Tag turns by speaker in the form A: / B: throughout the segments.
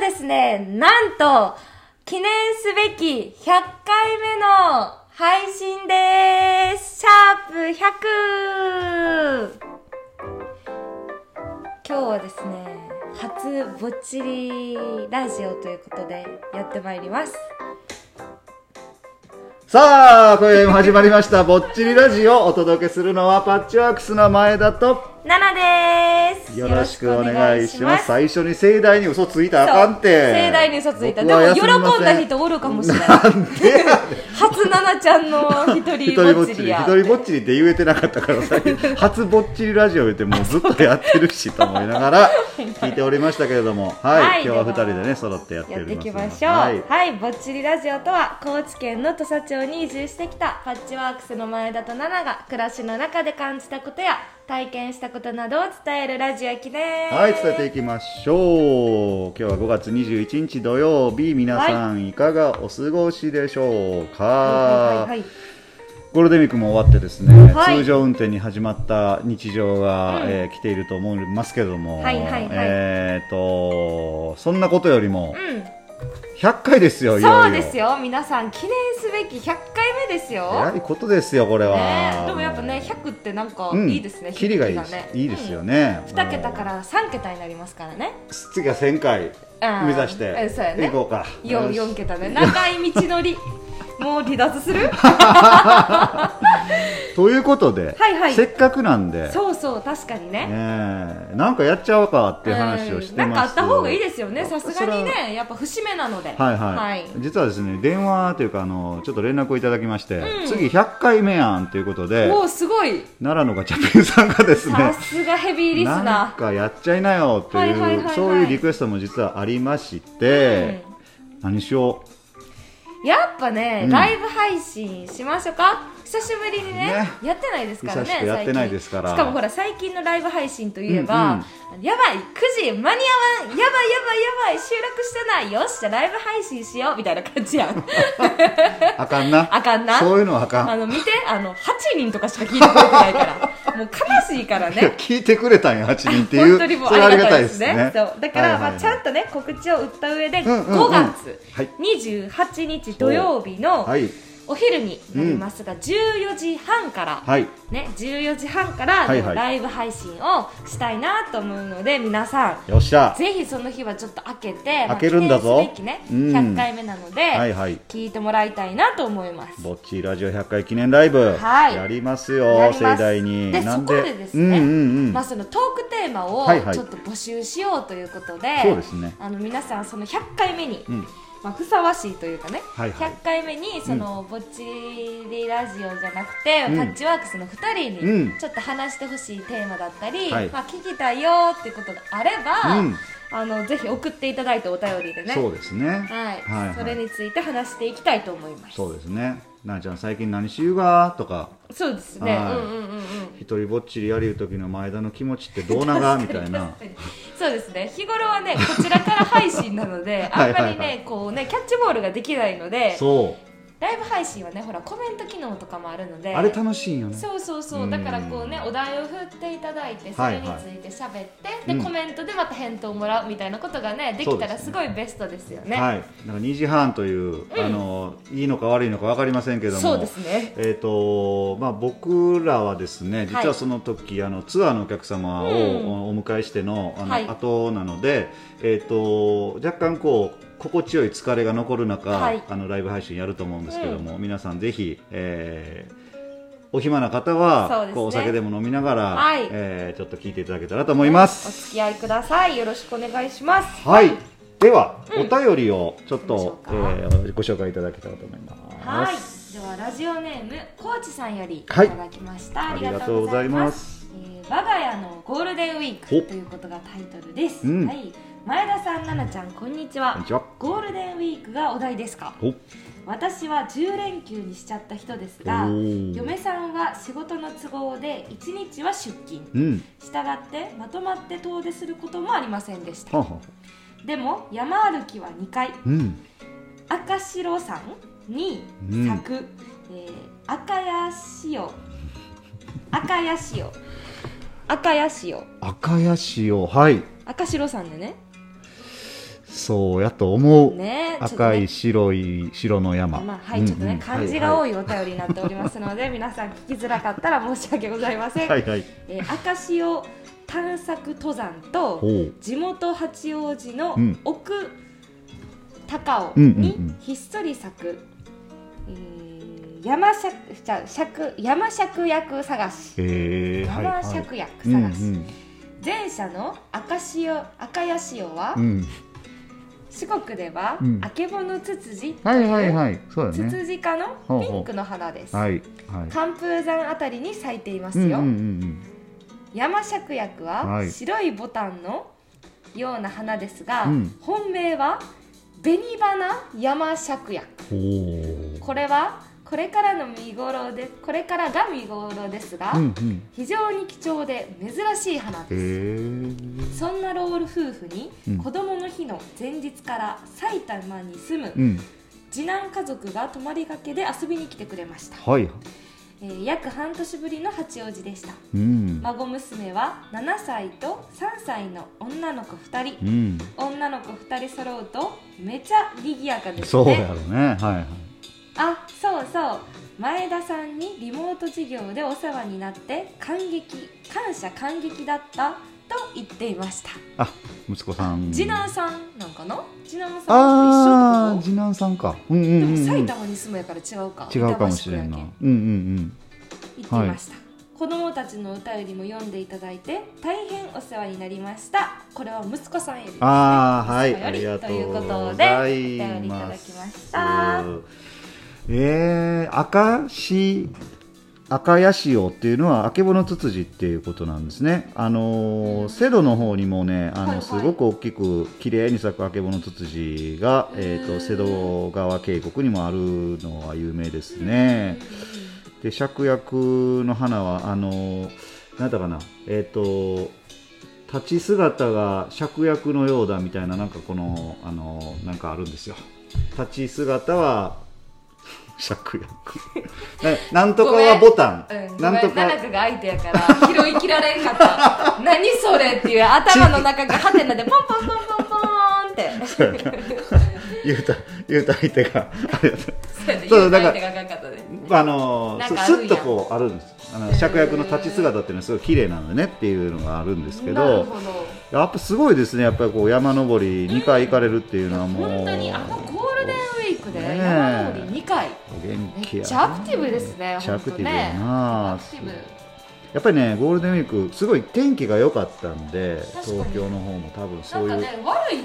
A: ですね、なんと、記念すべき100回目の配信です。シャープ 100! 今日はですね、初ぼっちりラジオということでやってまいります。
B: さあ、今夜も始まりました、ぼっちりラジオをお届けするのは、パッチワークスの前田と、
A: 奈々です。
B: よろしくお願いし
A: よろ
B: ま
A: しくお願
B: す。
A: いし
B: 最初に盛大に嘘ついた
A: ま
B: ら
A: す
B: あかんて。
A: そう盛大に嘘ついた。でも
B: 僕は
A: 喜
B: 休みませ
A: んだ人おるかもしれない。
B: なんでやねん
A: 初奈々ちゃんの一
B: 一
A: 人
B: 人
A: ぼ
B: ぼ
A: っ
B: っ
A: ち
B: ち
A: り
B: り、一
A: や。
B: 人ぼっちりって言えてなかったからさ、初ぼっちりラジオ言ってもうずっとやってるしと思いながら聞いておりましたけれども、はい、
A: はい
B: 今日は二人で
A: では
B: ね、揃ってやってお
A: やっ
B: り
A: てい
B: ます
A: きまし
B: ので。
A: ょう
B: は
A: はいい、ぼっちりラジオとは高知県の土佐町に移住してきたパッチワークスの前田と奈々が暮らしの中で感じたことや体験したことなどを伝えるラジオやきね
B: はい、伝えていきましょう。今日は5月21日土曜日、皆さんいかがお過ごしでしょう
A: はい
B: か
A: は。いはい
B: ゴールデンウィークも終わってですね、
A: はい
B: 通常運転に始まった日常が、えー来ていると思いますけども、
A: はいはいはい
B: えっ、と、そんなことよりも、
A: う
B: 100回ですよ、
A: ん
B: いよいよ。
A: そうですよ皆さん記念すべき100回目ですよ
B: えらいことですよ、これは。
A: ねえでもやっぱね100ってなんか
B: うん
A: いいですね、
B: キリがいいで
A: 響き
B: す,、いいですよね。
A: うん2桁から3桁になりますからね
B: 次は1000回
A: うん
B: 目指して、
A: えそうやね
B: 行こうか。
A: 4, 四桁ね長い道のりもう離脱する
B: ということで、
A: はいはい
B: せっかくなんで、
A: そうそう確かにね
B: ねえなんかやっちゃおうかっていう話をしてます、
A: うんなんかあった方がいいですよね
B: あ
A: さすがに
B: それは
A: ねやっぱ節目なのでは
B: はいはい、実はですね電話というかあのちょっと連絡をいただきまして、
A: うん
B: 次100回目やんということで
A: おおすごい
B: 奈良のガチャピンさんがですね
A: さすがヘビーリス
B: なん
A: ナ
B: かやっちゃいなよという、
A: はいはいはいはい
B: そういうリクエストも実はありまして、何しよ
A: ーやっぱね、
B: うん
A: ライブ配信しましょうか久しぶりにね
B: ね
A: やってないですからね
B: 久しくやってないですから
A: 最近しかもほら最近のライブ配信といえば、やばい9時間に合わんやばいやばいやばい収録してないよっしゃライブ配信しようみたいな感じやん
B: うあかんな
A: あかんな
B: そういうのはあかん
A: あの見てあの8人とかしか聞いてくれてない からもう悲しいから
B: いや
A: ね
B: 聞いてくれたんや8人っていう
A: 本当にもう
B: それは
A: ありがたいですね
B: ありがたいです
A: そうだから、
B: はいはいはい
A: まあ、ちゃんとね告知を打った上で、
B: うんうんうん
A: 5月
B: はい
A: 28日土曜日の
B: はい
A: お昼になりますが、14時半から、
B: はい
A: ね、14時半から
B: はいはい
A: ライブ配信をしたいなと思うので皆さん
B: よっしゃ
A: ぜひその日はちょっと開けて
B: 開けるんだぞ
A: まあ記念すべきね、
B: う
A: 100
B: ん
A: 回目なので、
B: はいはい
A: 聞いてもらいたいなと思います
B: ぼっちラジオ100回記念ライブ、
A: はい
B: やります
A: や
B: よ
A: りま
B: 盛
A: す
B: 大に
A: で
B: な
A: そ
B: ん
A: こでですね、
B: うんうんうん
A: まあ、そのトークテーマを
B: はいはい
A: ちょっと募集しようということで、
B: そうですね
A: あの皆さんその100回目に、
B: ん
A: まあ、ふさわしいというかね、
B: はいは
A: 100
B: い
A: 回目にその、ぼっちりラジオじゃなくて、
B: うん
A: タッチワークスの2人
B: う
A: に
B: ん
A: ちょっと話してほしいテーマだったり、
B: はい
A: まあ、聞きたいよーっていうことがあれば、
B: うん
A: あのぜひ送っていただいてお便りでね
B: そうですね
A: はい
B: はいはい
A: それについて話していきたいと思います
B: そうですねなあちゃん最近何しゆうがとか
A: そうですね、うん
B: はい
A: うんうんうん
B: 一人ぼっちりやりゆう時の前田の気持ちってどう なが みたいな
A: 確かにそうですね日頃はねこちらから配信なので
B: はい
A: あんま
B: はいはい
A: りねこうねキャッチボールができないので
B: そ
A: ライブ配信はねほらコメント機能とかもあるの
B: う
A: で
B: あれ楽しいんよね
A: そうそうそううんだからこうねお題を振っていただいてそ
B: はい
A: れに
B: はい
A: ついて喋って、
B: う
A: で
B: ん
A: コメントでまた返答もらうみたいなことがねできたら
B: そ
A: す
B: うですね
A: ごいベストですよね
B: はい、なんか2時半という、あのいいのか悪いのか分かりませんけども
A: そうですね
B: えーとまあ、僕らはですね実
A: は
B: はいその時、あのツアーのお客様を
A: うん
B: おお迎えしてのあの、
A: はい
B: 後なので、えー、と若干こう心地よい疲れが残る中、
A: はい
B: あのライブ配信やると思うんですけども、皆さんぜひ、えーお暇な方は
A: そうですね
B: こうお酒でも飲みながら、
A: はい
B: えーちょっと聞いていただけたらと思います。
A: お付き合いくださいよろしくお願いします
B: はい、では、お便りをちょっ
A: 行
B: と、
A: き
B: え
A: ましょうか
B: ーご紹介いただけたらと思います。
A: はい、ではラジオネームコーチさんよりい
B: はい
A: ただきました、
B: ありがとうございま
A: え
B: す。
A: ー我が家のゴールデンウィーク
B: お
A: ということがタイトルです、
B: うん
A: はい前田さん奈々ちゃんこんにちは
B: こんにちは
A: ゴールデンウィークがお題ですか
B: お、
A: 私は10連休にしちゃった人ですが
B: おー
A: 嫁さんは仕事の都合で1日は出勤
B: うん、
A: したがってまとまって遠出することもありませんでし
B: は
A: た
B: あはあ、
A: でも山歩きは2回
B: うん、
A: 赤白山に
B: うん
A: 咲く、えー赤や塩赤や塩赤や塩
B: 赤や塩、はい。
A: 赤白山でね
B: そうやと思う、
A: ねちょっとね
B: 赤い白い白の山、
A: まあ、はい、ちょっとね、漢字が多
B: い、
A: いお便りになっておりますので、 皆さん聞きづらかったら申し訳ございません。
B: はいはいはい
A: えー赤潮探索登山と
B: おう
A: 地元八王子の
B: うん
A: 奥高尾
B: うんうん
A: に
B: うん
A: ひっそり咲く、えー山尺じゃ尺山尺薬探し
B: えー、はいは
A: 山
B: い
A: 尺薬探し、
B: うん
A: 前者の赤潮赤ヤ潮は、
B: うんうん
A: 四国では、
B: うん
A: あけぼのツツジと
B: はいいはいうはいそうだ
A: ツ
B: ね
A: ツジ科のピンクの花です、
B: はいはい
A: 寒風山あたりに咲いています
B: うんうん
A: よ、
B: うんうん
A: 山芍薬
B: は
A: はい白いボタンのような花ですが、
B: うん
A: 本命は紅花山芍薬
B: おー
A: これはこれからの見頃でこれからが見頃ですが、
B: うんうん
A: 非常に貴重で珍しい花
B: え
A: です、
B: ー
A: そんなロール夫婦に、
B: うん
A: 子供の日の前日から埼玉に住む
B: うん
A: 次男家族が泊まりがけで遊びに来てくれました、
B: はい
A: えー約半年ぶりの八王子でした
B: うん
A: 孫娘は7歳と3歳の女の子2人
B: うん
A: 女の子2人揃うとめちゃ賑やかです
B: そうや
A: ね
B: ろねはいはい
A: あそうそう前田さんにリモート授業でお世話になって感激感謝感激だったと言っていました
B: あ息子さん
A: 次男さんなんかな次男さ
B: あ
A: ん
B: あ
A: と一緒ってこ
B: 次男さんかうんう
A: と
B: ん
A: で
B: うん
A: も
B: うん
A: 埼玉に住むやから違うか
B: 違うかもしれんな
A: 板橋
B: う
A: 区や
B: んうん
A: けん行っていました、子供たちのお便りも読んでいただいて大変お世話になりましたこれは息子さんより
B: うんああはい
A: よ
B: あ
A: り
B: りがと
A: という
B: う
A: こと
B: ご
A: で
B: ざ
A: お便り
B: い
A: いただ
B: ま
A: き
B: す
A: ました
B: えー、赤し赤ヤシオっていうのはあけぼのツツジっていうことなんですねあのー瀬戸の方にもねあ
A: は
B: の、
A: いはい
B: すごく大きく綺麗に咲くあけぼのツツジが、えー、
A: う
B: と
A: ん
B: 瀬戸川渓谷にもあるのは有名ですね、で芍薬の花はあのなんだかなえっ、と立ち姿が芍薬のようだみたいななんかこのあのなんかあるんですよ立ち姿は芍 薬ななんとかはボタ
A: うん、
B: ン
A: ご
B: な
A: め
B: んと
A: ん、
B: か
A: 七くが相手やから拾いきられんか った何それっていう頭の中がハテナでポンポンポンポンポーンって
B: そうやな 言うた言うた相手があれやった
A: そ
B: そうう
A: だか
B: だから
A: らがあかんかったね
B: あの
A: なん
B: す
A: かあ
B: す
A: るんや
B: っとこうあるんですあの芍薬の立ち姿っていうのはすごい綺麗なのでねっていうのがあるんですけ
A: なる
B: ど
A: ほど
B: やっぱすごいですねやっぱりこう山登り2回行かれるっていうのはもう、
A: 本当にあのゴールデンウィークで
B: ねえ
A: 山登り2回
B: 元
A: め
B: 気
A: っ
B: や
A: ち
B: な
A: ゃアクティブですね
B: めっちゃアクティ
A: 本
B: ブ
A: 当
B: や
A: ね
B: な
A: アクティブ
B: やっぱりねゴールデンウィークすごい天気が良かったんで
A: 確かに
B: 東京の方も多分そう
A: ないん
B: う、
A: かね悪いっ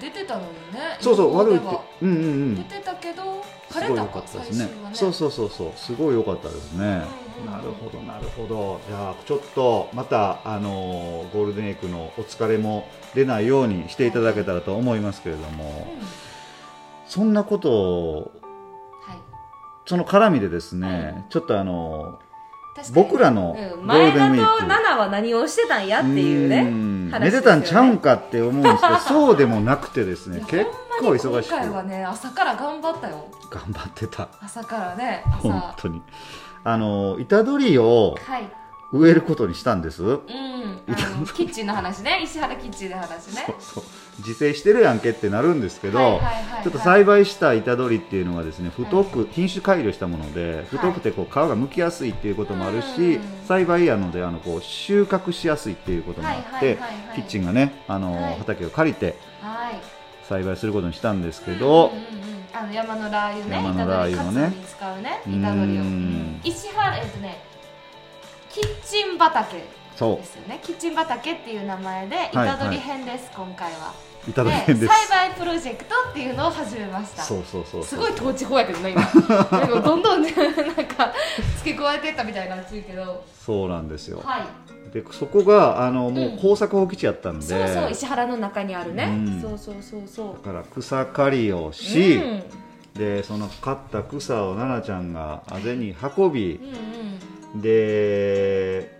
A: て出てたのよね
B: そうそう悪い
A: 予
B: って
A: 報では
B: うんうんうん
A: 出てたけど
B: す
A: 晴
B: ご
A: れ
B: い
A: た
B: 良
A: か
B: かったです
A: 最
B: ね
A: 終はね
B: そうそうそうそうすごい良かったですね、
A: うんうん
B: なるほどなるほどじゃあちょっとまたあのーゴールデンウィークのお疲れも出ないようにしていただけたらと思いますけれども
A: うん
B: そんなことを
A: はい
B: その絡みでですね、ちょっとあの
A: 確かに
B: 僕らの
A: うん
B: ゴー
A: 前
B: ルデン
A: 田
B: ウィーク
A: とナナは何をしてたんやっていう
B: うー
A: ね
B: ん
A: 話
B: め
A: ですよね
B: でたんちゃうんかって思うんですけどそうでもなくてですね
A: いや
B: 結構忙し
A: ほ
B: く
A: んまに今回はね朝から頑張ったよ
B: 頑張ってた
A: 朝からね
B: 本
A: 朝
B: 当にあの板取を
A: はい
B: 植えることにしたんです
A: うんあ のキッチンの話ね石原キッチンの話ね
B: そうそう 自生してるやんけってなるんですけど、
A: はいはいはいはい
B: ちょっと栽培したイタドリっていうのはですね太く、品種改良したもので太くてこう皮が剥きやすいっていうこともあるし、
A: うん
B: 栽培やのであのこう収穫しやすいっていうこともあって、
A: はいはいはいはい
B: キッチンがねあの、
A: はい
B: 畑を借りて
A: はい
B: 栽培することにしたんですけど
A: うん、うんうんあの山のラー油ね
B: 山のラー油もね
A: 板取りカツに使うね
B: う
A: 板取りを
B: ん
A: 石原えっとねキッチン畑
B: そ
A: ですよねキッチン畑っていう名前で
B: はい
A: 板取り編です今回は
B: うイタドリ編
A: で
B: です。
A: 栽培プロジェクトっていうのを始めました
B: そうそうそうそう
A: すごい統治法やけど ね今なんかどんどんねなんか付け加えてったみたいな熱いけど
B: そうなんですよ、
A: はい
B: でそこがあのも
A: うん
B: う耕作放棄地やったんで、
A: そうそう石原の中にあるね、
B: うん
A: そうそうそうそう
B: だから草刈りをし、
A: うん、うん
B: でその刈った草を奈々ちゃんがあぜに運び
A: うん
B: で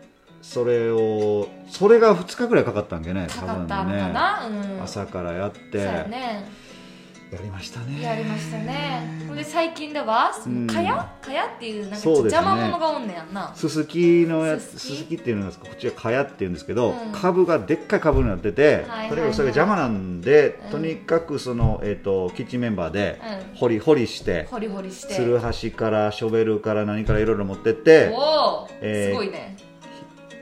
B: それをそれが2日ぐらいかかったんけね
A: かかった
B: 多
A: の
B: 分
A: か
B: ね
A: な、うん
B: 朝からやって
A: そうやね
B: やりましたね
A: やりましたねほんで最近ではそ
B: うん
A: のかやかやっていうなんか
B: そうですね
A: 邪魔者がおんねやんな
B: すすきのやつ
A: すす
B: す
A: き
B: すきっていうのがこっちはかやっていうんですけど、
A: うん
B: 株がでっかい株になってて、
A: はいはいはい
B: とにかくそれが邪魔なんで、
A: うん
B: とにかくその、えー、とキッチンメンバーで
A: うん
B: 掘り掘りして、
A: ホリホリして
B: つるはしからショベルから何からいろいろ持ってって
A: おお、
B: えー
A: すごいね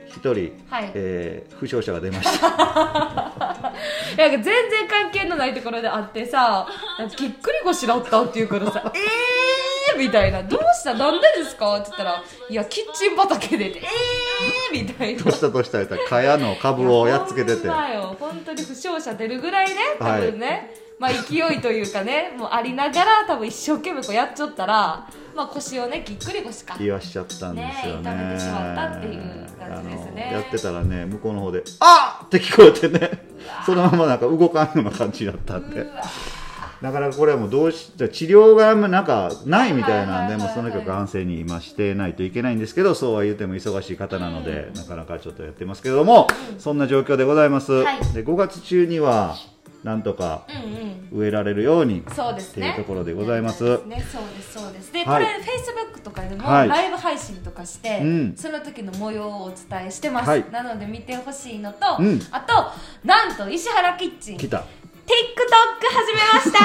B: 一人、
A: はい、
B: えー負傷者が出ました
A: な んか全然関係のないところで会ってさなんかぎっくり腰だったっていうからさ「えー!」みたいな「どうしたなんでですか?」って言ったら「いやキッチン畑で」って「えー!」 みたいな
B: どうしたどうした言ったら蚊帳の株をやっつけて
A: い
B: て
A: やほんまよ本当に負傷者出るぐらいね多
B: はい
A: 分ね、まあ勢いというかねもうありながら多分一生懸命こうやっちゃったらまあ腰をねぎっくり腰か
B: 言わしちゃったんですよ
A: ねえ
B: ね
A: 痛めてしまったっていう感じですね
B: あのやってたらね向こうの方で「あっ!」って聞こえてねそのままなんか動かんような感じだったんで
A: うわ
B: なかなかこれはもうどうし治療があんまなんかないみたいなんで、
A: はいはいはいはい
B: もうその曲安静に今してないといけないんですけどそうは言っても忙しい方なので、なかなかちょっとやってますけれども、そんな状況でございます、
A: はい
B: で5月中にはなんとか
A: うんうん
B: 植えられるように
A: そうですね
B: っていうところでございます
A: ねそうですそうですで、
B: はい
A: これフェイスブックとかでも
B: はい
A: ライブ配信とかして、
B: うん
A: その時の模様をお伝えしてます、
B: はい
A: なので見てほしいのと、
B: うん
A: あとなんと石原キッチン
B: 来
A: TikTok
B: た
A: 始めま した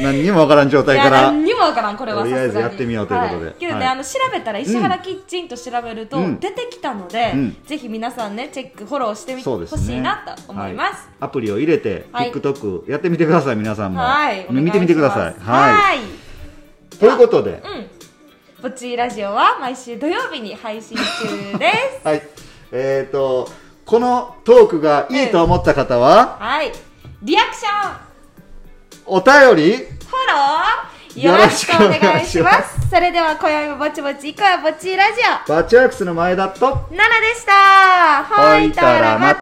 B: 何にもわからん状態か
A: いや
B: ら
A: 何にもわからんこれは
B: とりあえ
A: さす
B: ず
A: がに
B: やってみようということで
A: はけどね、あ
B: はい
A: の調べたら石原キッチンと調べると
B: うん
A: 出てきたので、
B: うん
A: ぜひ皆さんねチェックフォローしてみて
B: そう
A: ほ
B: ですね
A: しいなと思います
B: はアプリを入れて、
A: はい
B: TikTok やってみてください皆さんも、
A: はい、お願いします
B: 見てみてくださいは
A: はいい
B: ということで、
A: うんぼっちりラジオは毎週土曜日に配信中です
B: はいえっ、とこのトークがいいと思った方は、
A: はいリアクション
B: お便り
A: フォローよろしくお願いし
B: よろ
A: ま
B: し
A: す
B: くお願いします
A: それでは今宵もぼちぼちいこうぼっちりラジ
B: バッチワークスの前だと
A: オナナでした
B: ほいたらまた